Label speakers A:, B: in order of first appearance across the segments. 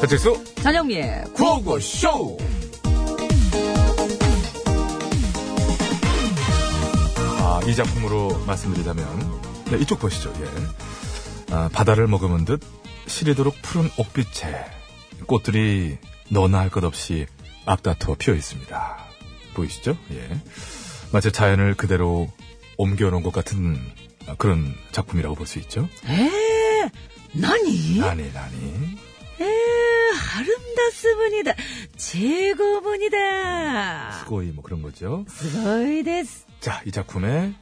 A: 배칠수
B: 전영미의
A: 구호고쇼 아, 이 작품으로 말씀드리자면 네, 이쪽 보시죠. 예. 아, 바다를 머금은 듯 시리도록 푸른 옥빛에 꽃들이 너나 할 것 없이 앞다투어 피어 있습니다. 보이시죠? 예. 마치 자연을 그대로 옮겨놓은 것 같은 아, 그런 작품이라고 볼 수 있죠.
B: 에 나니
A: 아니, 아니.
B: 에 아름답습니다 최고분이다
A: 거의 뭐 그런 거죠.
B: すごいです
A: 자, 이 작품에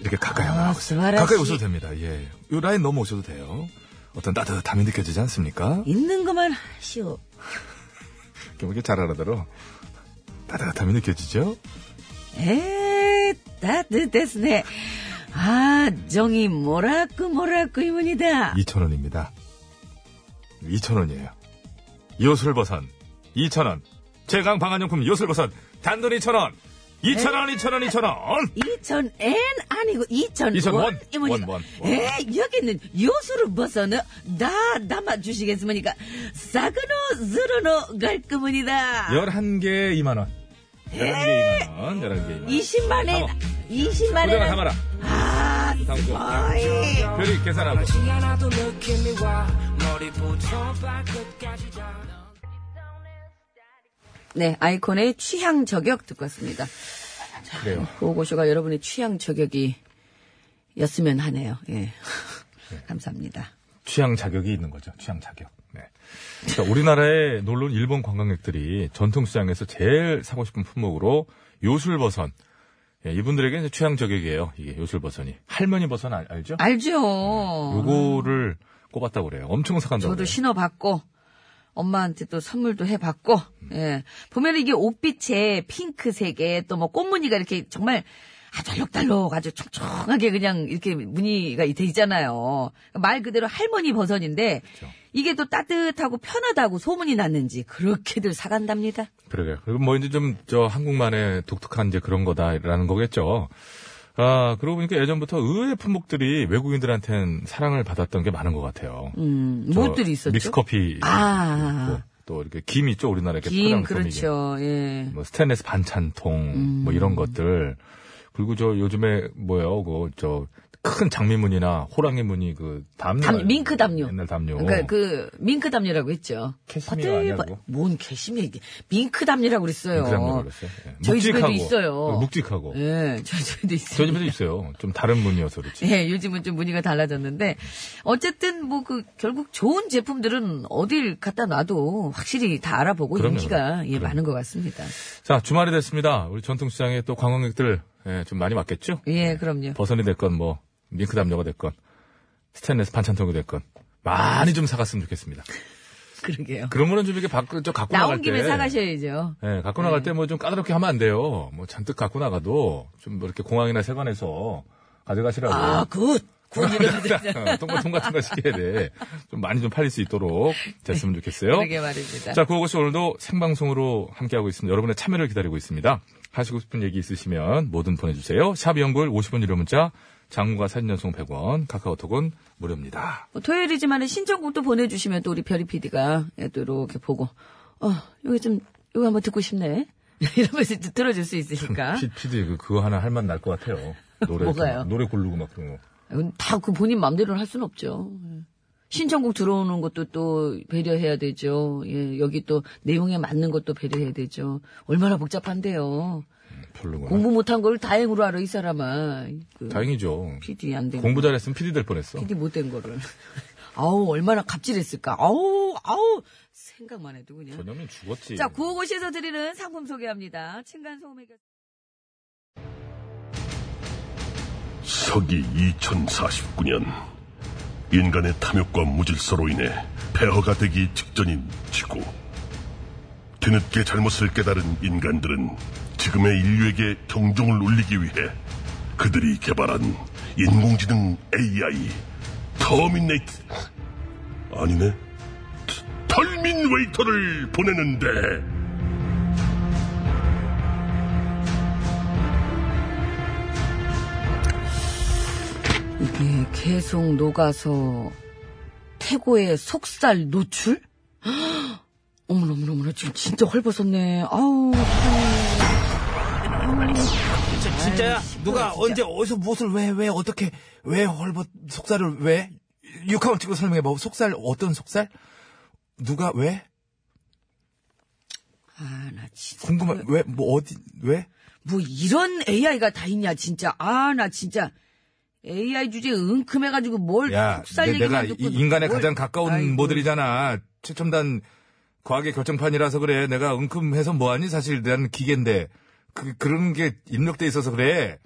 A: 이렇게 가까이
B: 아,
A: 하나 오세요.
B: 스바라시.
A: 가까이 오셔도 됩니다. 예. 요 라인 넘어오셔도 돼요. 어떤 따뜻함이 느껴지지 않습니까?
B: 있는 것만 하시오
A: 이렇게 잘 알아들어. 따뜻함이 느껴지죠?
B: 에 따뜻했네 아 정이 모라꾸 모라꾸 이분이다
A: 2,000원입니다. 2,000원이에요. 요술버선 2,000원. 최강 방한용품 요술버선 단돈 2,000원. 2,000원, 2,000원, 2,000원!
B: 2000엔 아니고
A: 2001
B: 2001원
A: 원, 원, 원.
B: 에 여기는 요술을 벗어는 다 담아 주시겠습니까? 사그노 스르노
A: 예.
B: 갈끄문이다.
A: 11개 2만원. 11개 2만원. 11개 2만원.
B: 20만 엔
A: 담아.
B: 20만
A: 고등어
B: 엔
A: 담아라.
B: 아,
A: 다음 거.
B: 어이.
A: 별이 계산하고.
C: 하나도 느낌이 와 머리부터 발끝까지 다
B: 네, 아이콘의 취향 저격 듣고 왔습니다.
A: 그래요.
B: 고고쇼가 여러분의 취향 저격이 였으면 하네요. 예. 감사합니다.
A: 취향 자격이 있는 거죠. 취향 자격. 네. 그러니까 우리나라에 놀러 온 일본 관광객들이 전통시장에서 제일 사고 싶은 품목으로 요술버선. 예, 이분들에게 이제 취향 저격이에요. 이게 요술버선이. 할머니 버선 알, 알죠?
B: 알죠?
A: 요거를 꼽았다고 그래요. 엄청 사간다고
B: 저도
A: 그래요.
B: 신어봤고, 엄마한테 또 선물도 해봤고,
A: 음.
B: 예. 보면 이게 옷빛에 핑크색에 또 뭐 꽃무늬가 이렇게 정말 아주 알록달록 아주 총총하게 그냥 이렇게 무늬가 돼 있잖아요. 말 그대로 할머니 버선인데, 이게 또 따뜻하고 편하다고 소문이 났는지 그렇게들 사간답니다.
A: 그러게요. 그리고 뭐 이제 좀 저 한국만의 독특한 이제 그런 거다라는 거겠죠. 아, 그러고 보니까 예전부터 의외의 품목들이 외국인들한텐 사랑을 받았던 게 많은 것 같아요.
B: 음,
A: 저
B: 무엇들이 있었죠?
A: 믹스커피.
B: 아.
A: 있고, 뭐 또 이렇게 김 있죠? 우리나라 이렇게
B: 김,
A: 포장품 이게.
B: 그렇죠. 음. 예.
A: 뭐 스테인레스 반찬통 뭐 이런 것들 그리고 저 요즘에 뭐예요 그 저 큰 장미문이나 호랑이 문이 그 담요
B: 담-
A: 아니에요?
B: 밍크 담요.
A: 옛날 담요
B: 그러니까 그 밍크 담요라고 했죠.
A: 캐시미어
B: 버들-
A: 아니라고?
B: 버- 뭔 캐시미어 이게 밍크 담요라고 그랬어요.
A: 밍크 담요 그랬어요? 예.
B: 저희
A: 묵직하고.
B: 집에도
A: 그
B: 있어요.
A: 묵직하고
B: 예, 저희 집에도 있어요.
A: 저희 집에도 있어요 좀 다른 문이어서 그렇지
B: 예, 요즘은 좀 무늬가 달라졌는데 어쨌든 뭐 그 결국 좋은 제품들은 어딜 갖다 놔도 확실히 다 알아보고
A: 그럼요,
B: 인기가
A: 그럼요.
B: 예 많은 것 같습니다.
A: 자 주말이 됐습니다 우리 전통시장에 또 관광객들 예, 좀 많이 왔겠죠
B: 예, 그럼요.
A: 버선이 됐건 뭐 밍크 담요가 됐건 스테인레스 반찬통이 됐건 많이 좀 사갔으면 좋겠습니다
B: 그러게요.
A: 그러면은 좀 이렇게 밖, 저 갖고 나갈
B: 나온
A: 때
B: 김에 네. 사가셔야죠.
A: 예, 갖고 나갈 때 뭐 좀 까다롭게 하면 안 돼요. 뭐 잔뜩 갖고 나가도 좀 뭐 이렇게 공항이나 세관에서 가져가시라고.
B: 아, 굿. 굿이라고
A: 어, 통과통 같은 거 시켜야 돼. 좀 많이 좀 팔릴 수 있도록 됐으면
B: 네.
A: 좋겠어요.
B: 그러게 말입니다.
A: 자, 구호고시 오늘도 생방송으로 함께하고 있습니다. 여러분의 참여를 기다리고 있습니다. 하시고 싶은 얘기 있으시면 뭐든 보내주세요. 샵 연골 50원 유료 문자, 장무가 사진 연속 100원, 카카오톡은 무료입니다.
B: 뭐 토요일이지만 신청곡도 보내주시면 또 우리 별이 PD가 또 이렇게 보고, 어, 요거 좀, 요거 한번 듣고 싶네. 이러면서 이제 들어줄 수 있으니까.
A: 피- 피디 그- 그거 하나 할 맛 날 것 같아요. 노래
B: 아? 뭐가요?
A: 노래 고르고 막 그런 거.
B: 다 그 본인 마음대로 할 수는 없죠. 예. 신청곡 들어오는 것도 또 배려해야 되죠. 예, 여기 또 내용에 맞는 것도 배려해야 되죠. 얼마나 복잡한데요.
A: 별로구나.
B: 공부 못한 걸 다행으로 알아, 이 사람아. 그
A: 다행이죠.
B: PD 안 된.
A: 공부 잘했으면 PD 될 뻔했어.
B: PD 못된 거를. 아우, 얼마나 갑질했을까. 아우, 아우, 생각만 해도 그냥.
A: 전염이
D: 예.
A: 죽었지.
B: 자, 구호고시에서 드리는 상품 소개합니다. 층간소음 해결.
E: 서기 2049년 인간의 탐욕과 무질서로 인해 폐허가 되기 직전인 지구 뒤늦게 잘못을 깨달은 인간들은 지금의 인류에게 경종을 울리기 위해 그들이 개발한 인공지능 AI 터미네이트 아니네 터- 털민웨이터를 보내는데
B: 이게 계속 녹아서 태고의 속살 노출? 어머나, 어머나, 어머나, 지금 진짜 헐벗었네. 아우,
D: 진짜야? 누가 언제 어디서 무엇을 왜, 왜, 어떻게, 왜 헐벗, 속살을 왜? 육하원 찍고 설명해봐. 속살, 어떤 속살? 누가 왜?
B: 아, 나 진짜.
D: 궁금한, 왜, 뭐, 어디, 왜?
B: 뭐 이런 AI가 다 있냐, 진짜. 아, 나 진짜. AI 주제에 은큼해가지고 뭘
D: 야,
B: 속살
D: 내, 가
B: 얘기만 듣고
D: 인간에
B: 뭘-
D: 가장 가까운
B: 아이고.
D: 모델이잖아. 최첨단 과학의 결정판이라서 그래. 내가 은큼해서 뭐하니? 사실 난 기계인데. 그, 그런 게 입력돼 있어서 그래.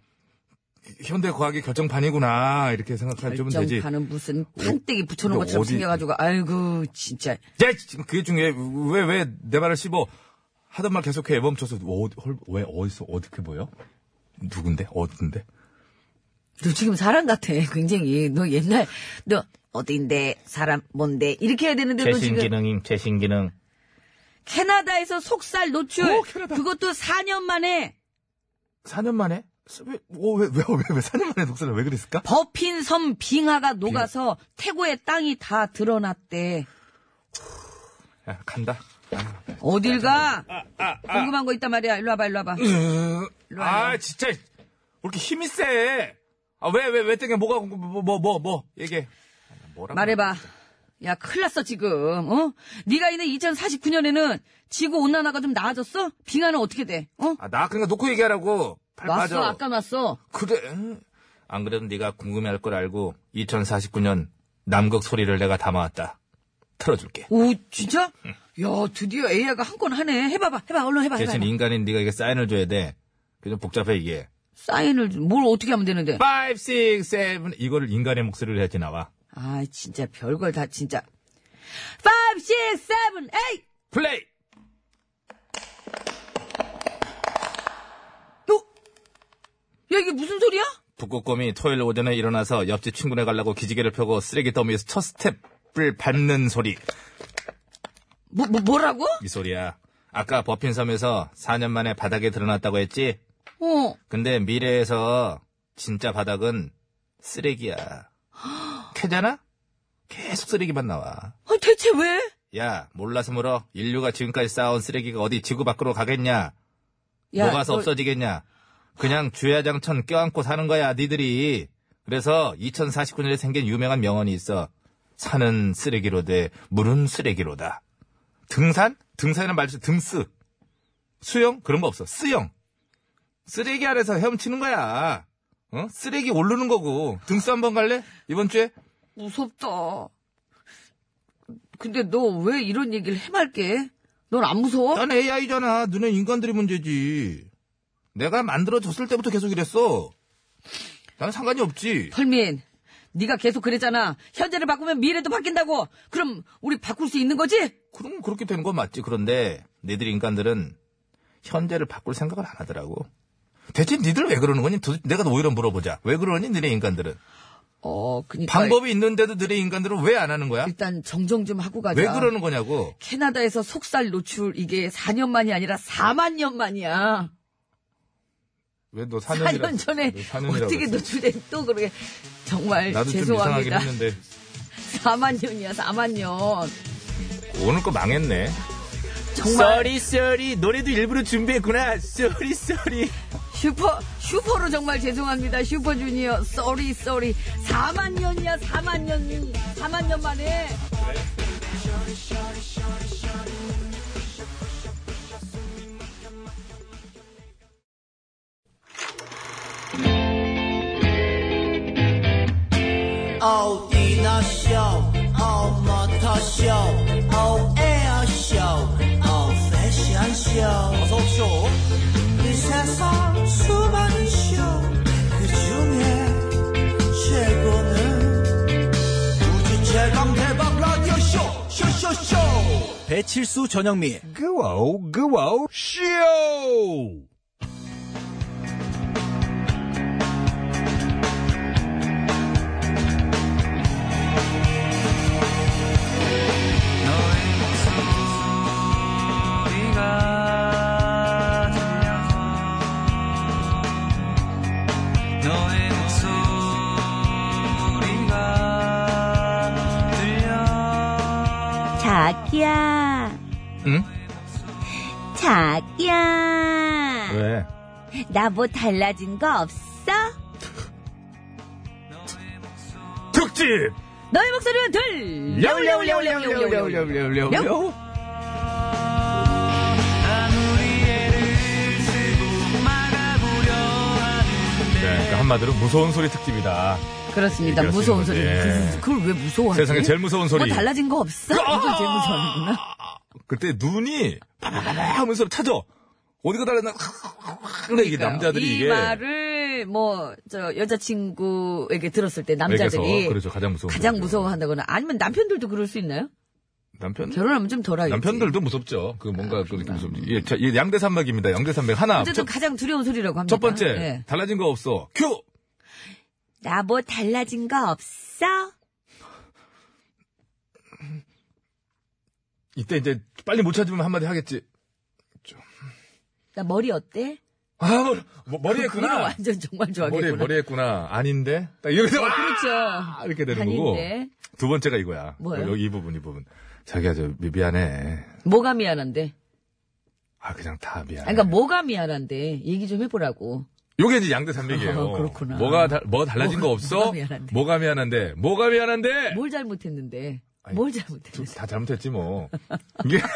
D: 현대 과학의 결정판이구나. 이렇게 생각하면 되지.
B: 결정판은 무슨 판때기 붙여놓은
D: 근데
B: 것처럼
D: 어디-
B: 생겨가지고 아이고 진짜
D: 야, 지금 그게 중요해. 왜, 왜 내 말을 씹어? 하던 말 계속해. 멈춰서. 어, 헐, 왜, 어디서, 어떻게 보여? 누군데? 어딘데?
B: 너 지금 사람 같아 굉장히 너 옛날 너 어딘데 사람 뭔데 이렇게 해야 되는데 너 지금
A: 최신기능임, 최신기능.
B: 캐나다에서 속살 노출 그것도 4년 만에
D: 4년 만에? 왜, 어, 왜, 왜, 왜, 왜 4년 만에 독사를 왜 그랬을까?
B: 버핀 섬 빙하가 녹아서 태고의 땅이 다 드러났대
D: 야, 간다.
B: 어딜 가 궁금한 거 있단 말이야 일로 와봐 일로 와봐 일로 와봐
D: 아, 진짜. 왜 이렇게 힘이 세? 아, 왜, 왜, 왜 땡겨? 뭐가, 궁금- 뭐, 뭐, 뭐, 뭐, 얘기해.
A: 아,
B: 말해봐. 야, 큰일 났어, 지금. 어? 네가 있는 2049년에는 지구 온난화가 좀 나아졌어? 빙하는 어떻게 돼? 어?
D: 아, 나, 그러니까 놓고 얘기하라고. 팔
B: 왔어,
D: 빠져.
B: 아까 왔어.
D: 그래. 응.
A: 안 그래도 네가 궁금해할 걸 알고 2049년 남극 소리를 내가 담아왔다. 틀어줄게.
B: 오, 진짜? 야, 드디어 AI가 한 건 하네. 해봐봐, 해봐, 얼른 해봐, 해봐.
A: 대신
B: 해봐.
A: 인간인 네가 이게 사인을 줘야 돼. 그좀 복잡해 이게.
B: 사인을, 좀- 뭘 어떻게 하면 되는데?
A: 5, 6, 7 이거를 인간의 목소리를 해야지 나와.
B: 아, 진짜, 별걸 다, 진짜. 5, 6, 7, 8!
A: 플레이.
B: 야, 이게 무슨 소리야?
A: 북극곰이 토요일 오전에 일어나서 옆집 친구네 가려고 기지개를 펴고 쓰레기 더미에서 첫 스텝을 밟는 소리.
B: 뭐, 뭐, 뭐라고?
A: 이 소리야. 아까 버핀 섬에서 4년 만에 바닥에 드러났다고 했지?
B: 어.
A: 근데 미래에서 진짜 바닥은 쓰레기야. 캐잖아? 계속 쓰레기만 나와.
B: 아, 대체 왜?
A: 야, 몰라서 물어. 인류가 지금까지 쌓아온 쓰레기가 어디 지구 밖으로 가겠냐?
B: 야,
A: 녹아서
B: 너-
A: 없어지겠냐? 그냥 주야장천 껴안고 사는 거야, 니들이. 그래서 2049년에 생긴 유명한 명언이 있어. 산은 쓰레기로 돼, 물은 쓰레기로다. 등산? 등산이란 말이죠. 등쓰. 수영? 그런 거 없어. 쓰영. 쓰레기 아래서 헤엄치는 거야. 어? 쓰레기 오르는 거고. 등쓰 한번 갈래? 이번 주에?
B: 무섭다. 근데 너 왜 이런 얘기를 해맑게? 넌 안 무서워?
A: 난 AI잖아. 눈엔 인간들이 문제지. 내가 만들어줬을 때부터 계속 이랬어. 난 상관이 없지.
B: 털민, 네가 계속 그랬잖아. 현재를 바꾸면 미래도 바뀐다고. 그럼 우리 바꿀 수 있는 거지?
A: 그럼 그렇게 되는 건 맞지. 그런데 니들 인간들은 현재를 바꿀 생각을 안 하더라고. 대체 니들 왜 그러는 거니? 도대체 내가 오히려 물어보자. 왜 그러니? 니네 인간들은.
B: 어, 그니까
A: 방법이 있는데도 니네 인간들은 왜 안 하는 거야?
B: 일단 정정 좀 하고 가자.
A: 왜 그러는 거냐고.
B: 캐나다에서 속살 노출 이게 4년 만이 아니라 4만 년 만이야.
D: 왜 너 4년이라.
B: 4년 전에 어떻게 노출된 또 그러게 정말
D: 나도 좀 이상하긴
B: 죄송합니다.
D: 했는데.
B: 4만 년이야 4만 년.
D: 오늘 거 망했네.
B: 정말
A: 쏘리 노래도 일부러 준비했구나. 쏘리 쏘리.
B: 슈퍼 슈퍼로 정말 죄송합니다 슈퍼주니어 쏘리 쏘리 4만 년이야 4만 년 4만 년 만에
F: 어디나 쇼 어머터 쇼 어에어 쇼 어패션 쇼 어서 쇼. 이 세상 수많은 쇼그 중에 최고는 우주 최강 대박 라디오 쇼 쇼 쇼쇼 배칠수 전영미
D: 그와우, 그와우, 쇼!
G: 자기야,
A: 응?
H: 자기야,
A: 왜?
H: 나 뭐 달라진 거 없어?
A: 특집!
B: 너의 목소리는 들!
I: 려우려우려우려우려우려우려우려우
A: 네, 그러니까 한마디로 무서운 소리 특집이다.
B: 그렇습니다.
A: 얘기할 수
B: 무서운
A: 있는
B: 소리.
A: 거지.
B: 그- 그걸 왜 무서워하지?
A: 세상에 제일 무서운 소리. 아!
B: 뭐 달라진 거 없어? 이걸 제일 무서워하는구나.
A: 그때 눈이 바바바바 하면서 찾아. 어디가 달랐나? 근데 이게 남자들이
B: 그러니까 이
A: 이게.
B: 말을 뭐 저 여자친구에게 들었을 때
A: 맥에서
B: 남자들이
A: 그렇죠. 가장 무서운
B: 가장
A: 거죠.
B: 무서워한다거나 아니면 남편들도 그럴 수 있나요?
A: 남편?
B: 결혼하면 좀 덜하겠지.
A: 남편들도 무섭죠. 그 뭔가 그렇게 무섭지. 예, 자, 예, 양대산맥입니다. 양대산맥 하나.
B: 어쨌든
A: 첫,
B: 가장 두려운 소리라고 합니다.
A: 첫 번째.
B: 예.
A: 달라진 거 없어. 큐!
H: 나 뭐 달라진 거 없어?
A: 이때 이제 빨리 못 찾으면 한마디 하겠지.
B: 나 머리 어때?
A: 아, 머리, 뭐, 머리
B: 그거는
A: 했구나.
B: 완전 정말
A: 머리,
B: 좋아하겠구나.
A: 머리 했구나. 아닌데? 딱 이러면서 막
B: 그렇죠.
A: 이렇게 되는 거고.
B: 아닌데.
A: 두 번째가 이거야. 어,
B: 뭐예요?
A: 여기 이 부분, 이 부분. 자기야, 저 미- 미안해.
B: 뭐가 미안한데?
A: 아, 그냥 다 미안해.
B: 아니, 그러니까 뭐가 미안한데 얘기 좀 해보라고.
A: 요게 이제 양대산맥이에요.
B: 아, 그렇구나.
A: 뭐가, 달- 뭐 달라진
B: 뭐-
A: 거 없어?
B: 뭐가 미안한데.
A: 뭐가 미안한데? 뭐가 미안한데?
B: 뭘 잘못했는데?
A: 아니,
B: 뭘
A: 저-
B: 잘못했는데?
A: 다 잘못했지, 뭐. 이게.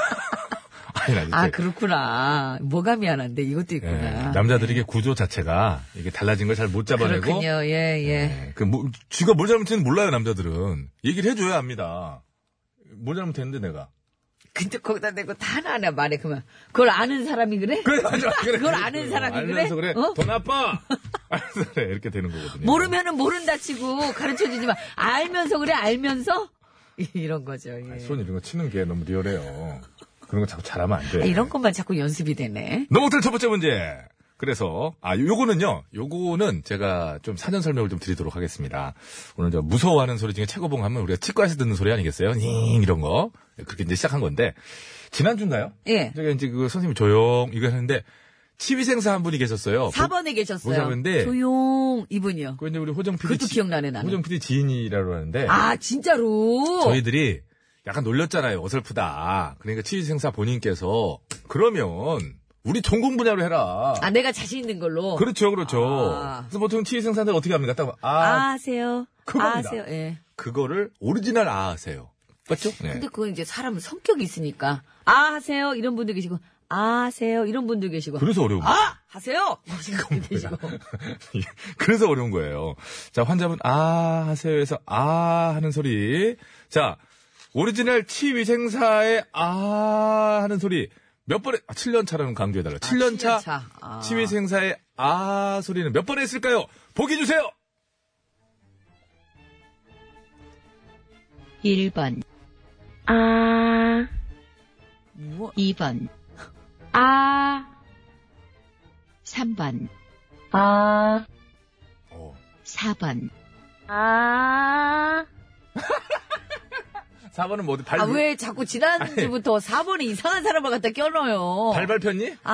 A: 아니, 나 진짜.
B: 아 그렇구나. 뭐가 미안한데 이것도
A: 예,
B: 있구나.
A: 네.
B: 네.
A: 남자들이 이게 구조 자체가 이게 달라진 걸 잘 못 잡아내고.
B: 그렇군요. 예 예.
A: 예, 그, 뭐, 쥐가 뭘 잘못했는지 몰라요, 남자들은. 얘기를 해줘야 합니다. 뭘 잘못했는데, 내가.
B: 근데 거기다 내고 다 하나하나 말해 그만. 그걸 아는 사람이 그래?
A: 그래, 맞아. 그래,
B: 그걸
A: 그래,
B: 아는
A: 그래.
B: 사람이
A: 알면서
B: 그래?
A: 그래.
B: 어?
A: 돈 아빠! 알면서 그래. 이렇게 되는 거거든요.
B: 모르면은 모른다 치고 가르쳐 주지 마. 알면서 그래 알면서 이런 거죠. 예.
A: 아니, 손 이런 거 치는 게 너무 리얼해요. 그런 거 자꾸 잘하면 안 돼.
B: 아, 이런 것만 자꾸 연습이 되네.
A: 넘어들 첫 번째 문제. 그래서 아 요- 요거는요. 요거는 제가 좀 사전 설명을 좀 드리도록 하겠습니다. 오늘 저 무서워하는 소리 중에 최고봉 하면 우리가 치과에서 듣는 소리 아니겠어요? 잉 이런 거 그렇게 이제 시작한 건데 지난주인가요?
B: 예.
A: 제가 이제 그 선생님이 조용 이거 했는데 치위생사 한 분이 계셨어요.
B: 4번에 계셨어요.
A: 보자는데.
B: 조용 이분이요.
A: 그 이제 우리 호정 PD
B: 그것도 기억나네, 나는.
A: 호정 PD 지인이라고 하는데
B: 아 진짜로.
A: 저희들이 약간 놀렸잖아요. 어설프다. 그러니까 치위생사 본인께서 그러면 우리 전공 분야로 해라.
B: 아 내가 자신 있는 걸로.
A: 그렇죠, 그렇죠.
B: 어. 아.
A: 그래서 보통 치위생사들 어떻게 합니까? 딱, 아,
B: 아세요.
A: 그겁니다. 네.
B: 아세요. 예.
A: 그거를 오리지널 아 하세요. 맞죠? 네.
B: 근데 그건 이제 사람 성격이 있으니까 아 하세요 이런 분도 계시고 아 하세요 이런 분도 계시고
A: 그래서 어려운 거예요.
B: 아 하세요 이런 분도 계시고
A: 그래서 어려운 거예요. 자, 환자분, 아, 하세요 해서, 아, 하는 소리. 자, 오리지널 치위생사의 아, 하는 소리. 몇 번에, 아, 7년 차라는 강조해달라. 7년 차,
B: 7년 차. 아.
A: 치위생사의 아 소리는 몇 번에 했을까요? 보기 주세요!
J: 1번,
H: 아,
B: 뭐
J: 2번,
H: 아,
J: 3번,
H: 아,
A: 어.
J: 4번,
H: 아.
A: 4번은 뭐, 어디 발,
B: 아, 왜 자꾸 지난주부터 4번에 이상한 사람을 갖다 껴넣어요?
A: 발발 폈니?
B: 아.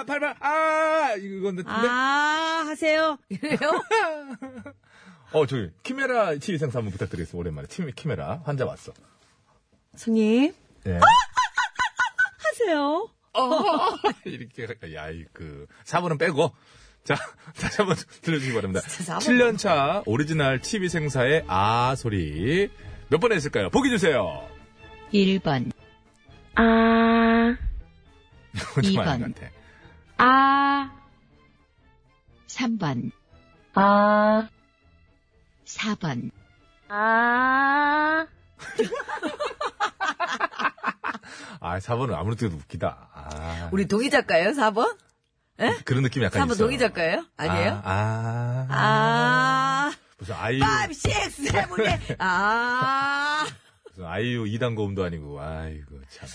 A: 아, 발발, 아, 이건데. 근데
B: 아, 하세요? 이래요?
A: 어, 저기, 키메라 치위생사 한번 부탁드리겠습니다. 오랜만에. 치, 키메라. 환자 왔어.
B: 손님,
A: 예.
B: 아! 하세요?
A: 이렇게, 가- 야, 이, 그, 4번은 빼고. 자, 다시 한번 들려주시기 바랍니다.
B: 진짜 4번.
A: 7년차 오리지널 치위생사의 아 소리. 몇 번 했을까요? 보기 주세요.
J: 1번,
H: 아,
A: 좀 아닌
J: 이번.
A: 것 같아.
H: 아,
J: 3번,
H: 아,
J: 4번,
H: 아.
A: 아, 4번은 아무리 도 웃기다. 아,
B: 우리 동희 작가예요, 4번?
A: 그런 느낌이 약간
B: 4번
A: 있어요.
B: 동희 작가예요? 아니에요?
A: 아, 아,
B: 아,
A: 무슨 아이유,
B: 5, 6, 7, 8. 아.
A: 무슨 아이유 2단 고음도 아니고, 아이고, 참.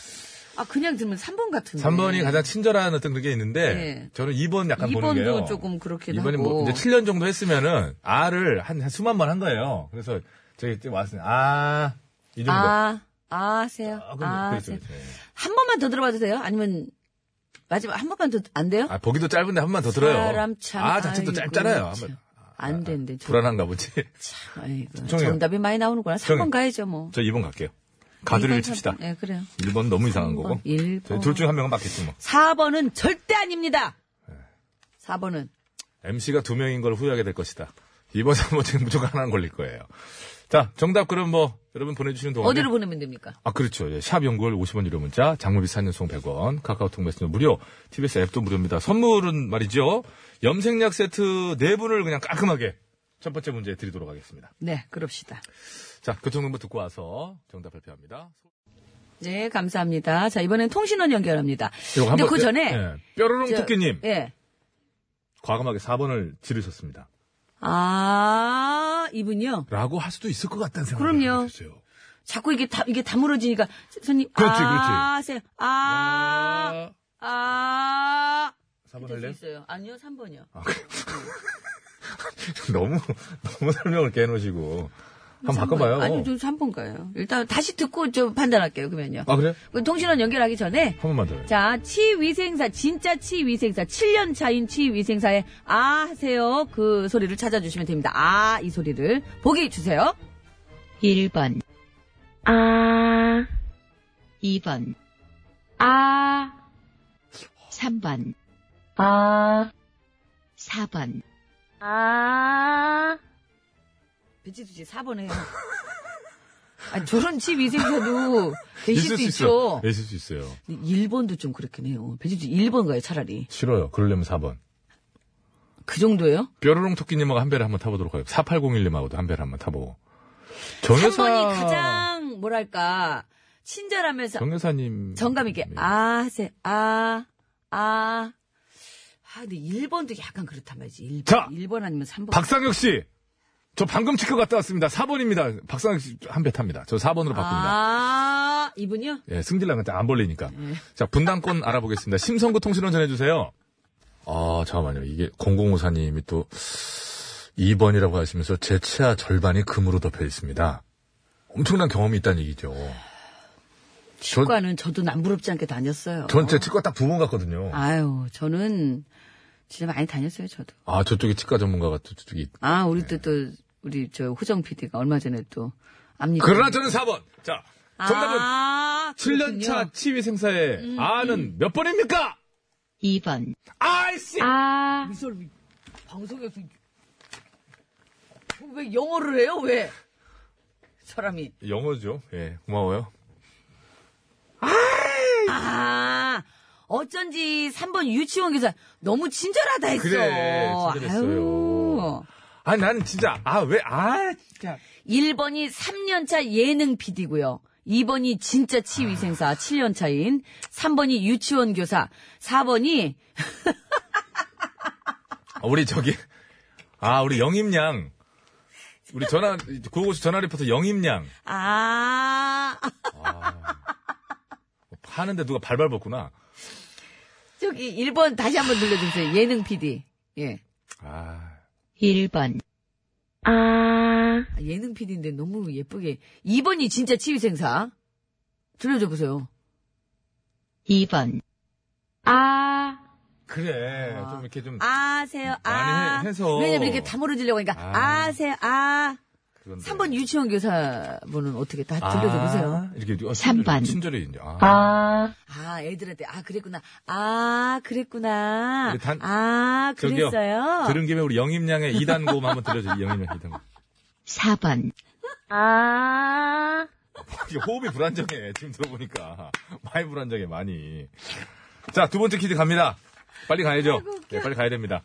B: 아, 그냥 들으면 3번 같은데.
A: 3번이 가장 친절한 어떤 그게 있는데,
B: 네.
A: 저는 2번 약간 보는 게요.
B: 2번도 조금 그렇기도
A: 이번에
B: 하고.
A: 뭐 이제 7년 정도 했으면은 아를 한, 한 수만 번 한 거예요. 그래서 저기 이제 왔으니 아이 정도.
B: 아, 아, 하세요?
A: 아, 그럼
B: 아,
A: 그랬어요.
B: 하세요? 한 번만 더 들어봐도 돼요? 아니면 마지막 한 번만 더 안 돼요?
A: 아, 보기도 짧은데 한 번 더 들어요.
B: 사람 참.
A: 아, 자체도
B: 아이고,
A: 짧잖아요.
B: 참.
A: 한번
B: 안 된대. 저-
A: 불안한가 보지.
B: 참, 아이고,
A: 정해요.
B: 정답이 많이 나오는구나.
A: 정해요.
B: 3번 가야죠, 뭐.
A: 저 2번 갈게요. 가드를
B: 일본
A: 칩시다.
B: 참- 예, 그래요.
A: 1번 너무 이상한 거고.
B: 1번.
A: 둘 중에 한 명은 맞겠지 뭐.
B: 4번은 절대 아닙니다.
A: 네.
B: 4번은.
A: MC가 두 명인 걸 후회하게 될 것이다. 이번 3번 지금 무조건 하나는 걸릴 거예요. 자, 정답 그럼 뭐 여러분 보내주시는 동안
B: 어디로 보내면 됩니까?
A: 아 그렇죠. 예, 샵 연구월 50원 유료 문자, 장모비 사연송 100원, 카카오톡 메시지 무료, TBS 앱도 무료입니다. 선물은 말이죠. 염색약 세트 네 분을 그냥 깔끔하게 첫 번째 문제 드리도록 하겠습니다.
B: 네, 그럽시다.
A: 자, 교통정보 듣고 와서 정답 발표합니다.
B: 네, 감사합니다. 자, 이번엔 통신원 연결합니다.
A: 이거
B: 근데
A: 한번-
B: 그 전에.
A: 예, 뾰로롱
B: 저-
A: 토끼님
B: 예.
A: 과감하게 4번을 지르셨습니다.
B: 아, 이분요.
A: 라고 할 수도 있을 것 같다는 생각이
B: 그럼요.
A: 들었어요.
B: 자꾸 이게 다, 이게 다물어지니까, 선생님.
A: 그렇지,
B: 아, 세, 아, 아.
A: 4번
B: 될수
A: 할래요?
B: 있어요. 아니요, 3번이요.
A: 너무 너무 설명을 깨놓으시고 한번 바꿔봐요.
B: 아니, 좀 3번 가요. 일단 다시 듣고 좀 판단할게요, 그러면요.
A: 아 그래?
B: 그 통신원 연결하기 전에.
A: 한 번만 더요.
B: 자, 치위생사, 진짜 치위생사, 7년 차인 치위생사의 아 하세요. 그 소리를 찾아주시면 됩니다. 아, 이 소리를. 보기 주세요.
J: 1번,
H: 아,
J: 2번,
H: 아,
J: 3번,
H: 아,
J: 4번,
H: 아.
B: 배치수 씨 4번 해요. 아, 저런 치위생사도 계실 수 있죠.
A: 있을 수 예. 있어요.
B: 일본도좀 그렇긴 해요. 배치수 씨 1번 가요, 차라리.
A: 싫어요. 그러려면 4번.
B: 그 정도예요?
A: 뾰로롱 토끼님하고 한 배를 한번 타보도록 하겠습니다. 4801님하고도 한 배를 한번 타보고. 정
B: 3번이
A: 여사,
B: 가장, 뭐랄까, 친절하면서
A: 정 여사님. 네.
B: 정감 있게,
A: 예.
B: 아, 하세요. 아, 아. 아, 근데 1번도 약간 그렇단 말이지. 1번,
A: 자!
B: 1번 아니면 3번.
A: 박상혁 씨! 저 방금 치과 갔다 왔습니다. 4번입니다. 박상혁 씨 한 배 탑니다. 저 4번으로 바꿉니다.
B: 아, 네. 이분이요?
A: 예, 승질나면 안 벌리니까. 자, 분당권 알아보겠습니다. 심성구 통신원 전해주세요. 아, 잠깐만요. 이게 0054님이 또 2번이라고 하시면서 제 치아 절반이 금으로 덮여 있습니다. 엄청난 경험이 있다는 얘기죠. 전-
B: 치과는 저도 남부럽지 않게 다녔어요.
A: 전제 치과 딱 두 번 갔거든요.
B: 아유, 저는 진짜 많이 다녔어요, 저도.
A: 아, 저쪽에 치과 전문가가 또 저쪽이. 있-
B: 아, 우리
A: 네.
B: 또, 또, 우리 저 호정 PD가 얼마 전에 또 아, 앞니.
A: 그러나 저는 4번. 자, 정답은
B: 아,
A: 7년차 치위 생사의
B: 음,
A: 아는 몇 번입니까?
J: 2번,
A: 아이씨!
H: 아,
B: 미소를 방송에서 왜 영어를 해요? 왜? 사람이.
A: 영어죠. 예, 고마워요.
B: 아, 어쩐지 3번 유치원 기사 너무 친절하다 했어.
A: 그래, 친절했어요.
B: 아유.
A: 아, 나는 진짜, 아, 왜, 아, 진짜.
B: 1번이 3년차 예능 PD고요. 2번이 진짜 치위생사 7년차인, 3번이 유치원 교사, 4번이
A: 아, 우리 저기, 아, 우리 영임양. 우리 전화, 구호고수 전화 리포터 영임양.
B: 아
A: 하는데 누가 발발 벗구나.
B: 저기 1번 다시 한번 눌러주세요. 예능 PD. 예.
A: 아,
J: 1번,
H: 아,
B: 아, 예능 PD인데 너무 예쁘게 2번이 진짜 치위생사. 들려줘 보세요.
J: 2번,
H: 아,
A: 그래.
B: 아.
A: 좀 이렇게 좀.
B: 아세요. 아.
A: 음, 많이 해- 해서.
B: 왜냐면 이렇게 다물어지려고 하니까
A: 아.
B: 아. 세요 아.
A: 그건데.
B: 3번 유치원 교사 분은 어떻게 다 들려줘 보세요.
A: 아, 이렇게, 어,
J: 삼 번.
A: 친절해, 이제. 아.
H: 아,
B: 아, 애들한테, 아, 그랬구나. 아, 그랬구나.
A: 근데 단-
B: 아,
A: 저기요,
B: 그랬어요.
A: 들은 김에 우리 영임양의 2단곰 한번 들려줘요. 영임양 2단곰.
J: 4번,
H: 아,
A: 이게 호흡이 불안정해. 지금 들어보니까. 많이 불안정해, 많이. 자, 두 번째 퀴즈 갑니다. 빨리 가야죠. 네, 빨리 가야 됩니다.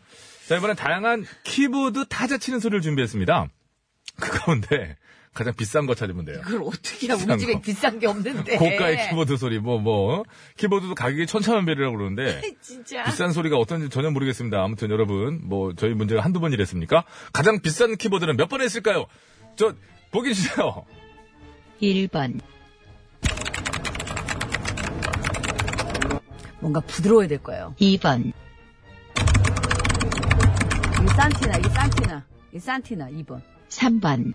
A: 자, 이번엔 다양한 키보드 타자 치는 소리를 준비했습니다. 그 가운데 가장 비싼 거 찾으면 돼요.
B: 그걸 예. 어떻게 해?
A: 비싼
B: 우리 집에
A: 거.
B: 비싼 게 없는데.
A: 고가의 키보드 소리, 뭐, 뭐. 키보드도 가격이 천차만별이라고 그러는데.
B: 진짜.
A: 비싼 소리가 어떤지 전혀 모르겠습니다. 아무튼 여러분, 뭐, 저희 문제가 한두 번이랬습니까? 가장 비싼 키보드는 몇 번 했을까요? 저, 보기 주세요.
J: 1번,
B: 뭔가 부드러워야 될 거예요.
J: 2번,
B: 이 산티나, 이 산티나. 이 산티나, 2번.
J: 3번,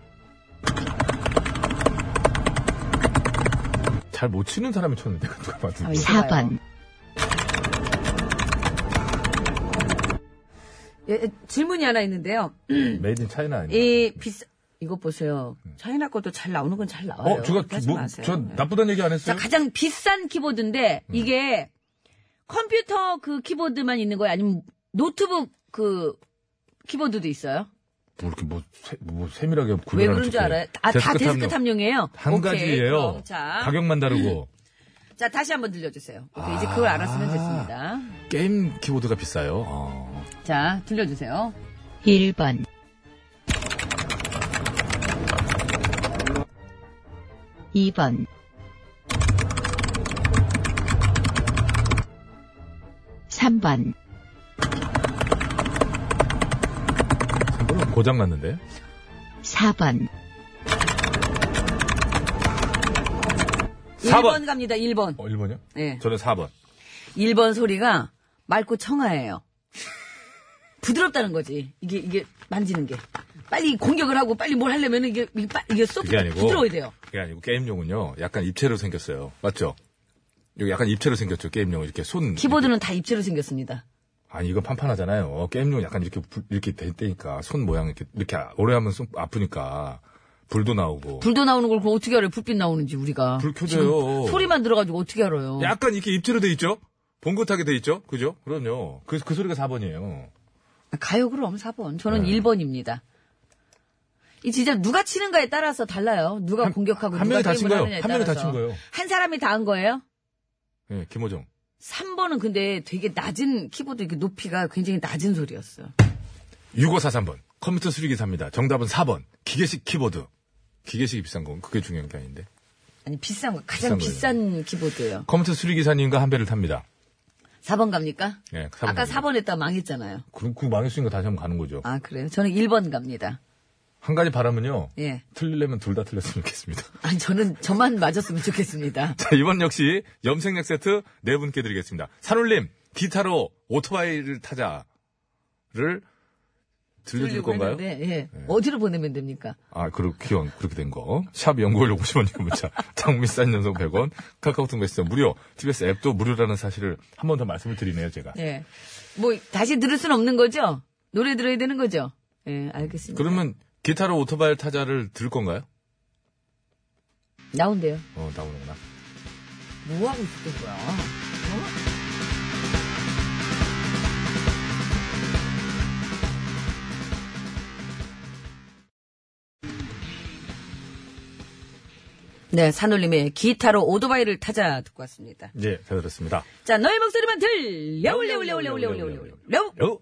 A: 잘 못 치는 사람이 쳤는데, 누가 봐도.
B: 아, 이거 봐요.
J: 4번,
B: 예, 예, 질문이 하나 있는데요. 예.
A: 메이드 인 차이나 아니에요?
B: 이 비싸, 이것 보세요. 차이나 것도 잘 나오는 건 잘 나와요.
A: 음. 어, 제가
B: 하지
A: 뭐,
B: 마세요.
A: 저
B: 네.
A: 나쁘다는 얘기 안
B: 자,
A: 했어요?
B: 가장 비싼 키보드인데
A: 음.
B: 이게 컴퓨터 그 키보드만 있는 거예요? 아니면 노트북 그 키보드도 있어요?
A: 뭐 이렇게 뭐, 세, 뭐 세밀하게 구별하는
B: 왜 그런 줄 알아요? 아, 다
A: 데스크탑용.
B: 데스크 탑용이에요?
A: 한
B: 오케이,
A: 가지예요.
B: 그럼 자,
A: 가격만 다르고
B: 자, 다시 한번 들려주세요. 오케이,
A: 아.
B: 이제 그걸 알았으면 됐습니다.
A: 게임 키보드가 비싸요. 어.
B: 자, 들려주세요.
J: 1번, 2번, 3번,
A: 이거는 고장 났는데.
J: 4번,
B: 1번 갑니다, 1번.
A: 어, 1번이요?
B: 예.
A: 저는 4번.
B: 1번 소리가 맑고 청아해요. 부드럽다는 거지. 이게, 이게 만지는 게. 빨리 공격을 하고 빨리 뭘 하려면 이게, 이게, 빠- 이게 쏙
A: 그게 아니고.
B: 부드러워야 돼요.
A: 그게 아니고 게임용은요. 약간 입체로 생겼어요. 맞죠? 이거 약간 입체로 생겼죠. 게임용은 이렇게 손
B: 키보드는 다 입체로 생겼습니다.
A: 아니 이건 판판하잖아요. 게임용 약간 이렇게 불- 이렇게 되니까 손 모양 이렇게 이렇게 오래 하면 손 아프니까 불도 나오고
B: 불도 나오는 걸 그거 어떻게 알아요? 불빛 나오는지 우리가.
A: 불 켜져요.
B: 지금 소리만 들어가지고 어떻게 알아요?
A: 약간 이렇게 입체로 돼 있죠. 봉긋하게 돼 있죠. 그죠? 그럼요. 그, 그 소리가 4번이에요.
B: 가요 그럼 4번. 저는
A: 네.
B: 1번입니다. 이 진짜 누가 치는가에 따라서 달라요. 누가 공격하고
A: 한
B: 누가
A: 명이 다친
B: 게임을
A: 거예요.
B: 하느냐에
A: 한 명이
B: 따라서.
A: 다친 거예요.
B: 한 사람이 다 한 거예요?
A: 예, 김호정.
B: 3번은 근데 되게 낮은 키보드 이렇게 높이가 굉장히 낮은 소리였어요.
A: 6543번. 컴퓨터 수리기 삽니다. 정답은 4번. 기계식 키보드. 기계식이 비싼 건 그게 중요한 게 아닌데.
B: 아니 비싼 거 가장
A: 비싼
B: 비싼 키보드예요.
A: 컴퓨터 수리기사님과 한 배를 탑니다.
B: 4번 갑니까?
A: 예, 4번
B: 아까
A: 갑니다.
B: 4번 했다 망했잖아요.
A: 그럼 그 망할 수 있는 거 다시 한번 가는 거죠.
B: 아 그래요? 저는 1번 갑니다.
A: 한 가지 바람은요.
B: 예.
A: 틀리려면 둘 다 틀렸으면 좋겠습니다.
B: 아니 저는 저만 맞았으면 좋겠습니다.
A: 자, 이번 역시 염색약 세트 네 분께 드리겠습니다. 산울림, 기타로 오토바이를 타자를 들려줄 건가요?
B: 네, 예. 어디로 보내면 됩니까?
A: 아, 그렇, 귀여운, 그렇게 된 거. 샵 연구월 50원이고 문자. 장미 싼 연속 100원. 카카오톡 메시지 무료. TBS 앱도 무료라는 사실을 한 번 더 말씀을 드리네요, 제가.
B: 예. 뭐 다시 들을 수는 없는 거죠? 노래 들어야 되는 거죠? 예, 알겠습니다.
A: 그러면 기타로 오토바이 타자를 들 건가요?
B: 나온대요.
A: 어, 나오는구나.
B: 뭐 하고 있었던 거야? 뭐? 네, 산울림의 기타로 오토바이를 타자 듣고 왔습니다.
A: 예, 잘 들었습니다.
B: 자, 너의 목소리만 들려, 올려, 올려, 올려, 올려, 올려, 올려, 올려.
A: 요!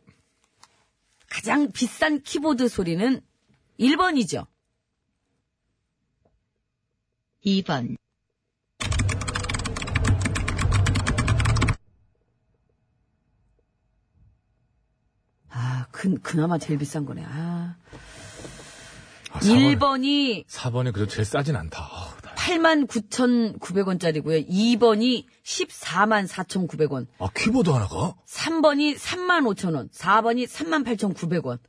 B: 가장 비싼 키보드 소리는 1번이죠.
J: 2번,
B: 아, 그, 그나마 제일 비싼 거네. 아.
A: 아,
B: 1번이
A: 4번이 그래도 제일 싸진 않다. 아우, 나-
B: 89,900원짜리고요. 2번이 144,4,900원.
A: 아, 키보드 하나가?
B: 3번이 35,000원. 4번이 38,900원.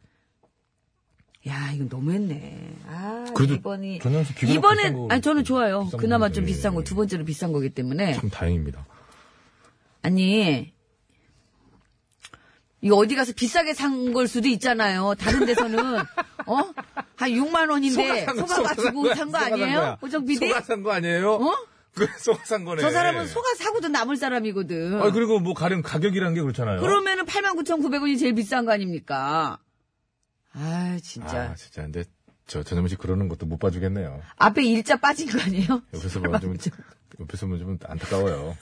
B: 야, 이건 너무했네. 아,
A: 그래도
B: 2번이
A: 전현수 비교나
B: 이번에
A: 비싼 거-
B: 아니 저는 좋아요.
A: 비싼 예.
B: 그나마
A: 건데.
B: 좀 비싼 거 두 번째로 비싼 거기 때문에
A: 참 다행입니다.
B: 아니 이거 어디 가서 비싸게 산 걸 수도 있잖아요. 다른 데서는 어? 한 6만 원인데 네, 속아 가지고 산 거 아니에요? 호정 PD?
A: 속아 산거 아니에요?
B: 어?
A: 그 속아 산 거네.
B: 저 사람은 속아 사고도 남을 사람이거든.
A: 예. 아 그리고 뭐 가령 가격이라는 게 그렇잖아요.
B: 그러면은 89,900원이 제일 비싼 거 아닙니까? 아, 진짜.
A: 아 진짜 근데 저 전현무 씨 그러는 것도 못 봐주겠네요.
B: 앞에 일자 빠진 거 아니에요?
A: 옆에서 보면 좀
B: 89,900.
A: 옆에서 보면 좀 안타까워요.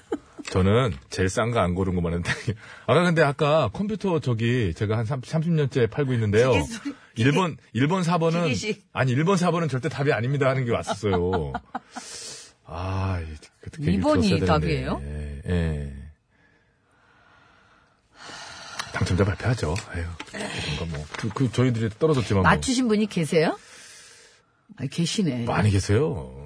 A: 저는 제일 싼 거 안 고른 것만 했는데 아까 근데 아까 컴퓨터 저기 제가 한 30, 년째 팔고 있는데요.
B: 기계 소리-
A: 1번 1번 4번은
B: 기계식.
A: 아니 1번 4번은 절대 답이 아닙니다 하는 게 왔었어요. 아, 이- 그때 얘기를
B: 이번이
A: 들었어야 되는데.
B: 답이에요?
A: 예. 예. 당첨자 발표하죠. 아유, 뭔가 뭐. 그, 그 저희들이 떨어졌지만. 뭐.
B: 맞추신 분이 계세요? 아, 계시네.
A: 많이 계세요.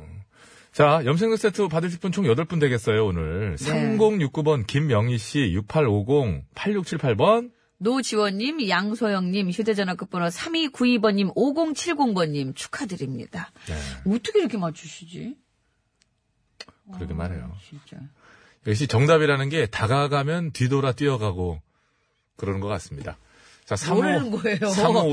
A: 자, 염색약 세트 받으실 분 총 8분 되겠어요, 오늘.
B: 네.
A: 3069번 김명희 씨, 6850, 8678번.
B: 노지원님, 양소영님, 휴대전화 끝번호 3292번님, 5070번님 축하드립니다.
A: 네,
B: 어떻게 이렇게 맞추시지?
A: 그러게 말해요.
B: 진짜.
A: 역시 정답이라는 게 다가가면 뒤돌아 뛰어가고 그러는 것 같습니다. 자, 35,
B: 모르는 뭐 거예요.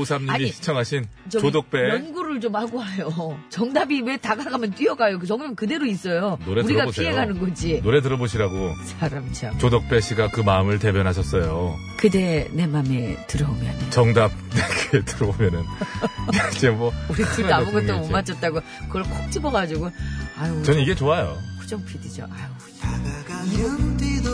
A: 3553님이
B: 아니,
A: 시청하신
B: 저기
A: 조덕배.
B: 연구를 좀 하고 와요. 정답이 왜 다가가면 뛰어가요. 그 정답은 그대로 있어요.
A: 노래
B: 우리가
A: 들어보세요.
B: 피해가는 거지.
A: 노래 들어보시라고
B: 사람 참.
A: 조덕배 씨가 그 마음을 대변하셨어요.
B: 그대 내 맘에 들어오면
A: 정답 내게 들어오면은 이제 뭐
B: 우리 둘
A: 큰일
B: 다
A: 나는
B: 아무것도 못
A: 거지.
B: 맞췄다고 그걸 콕 집어가지고 아유
A: 저는 이게 좋아요.
B: 후정 PD죠. 아유
F: 이름 띠도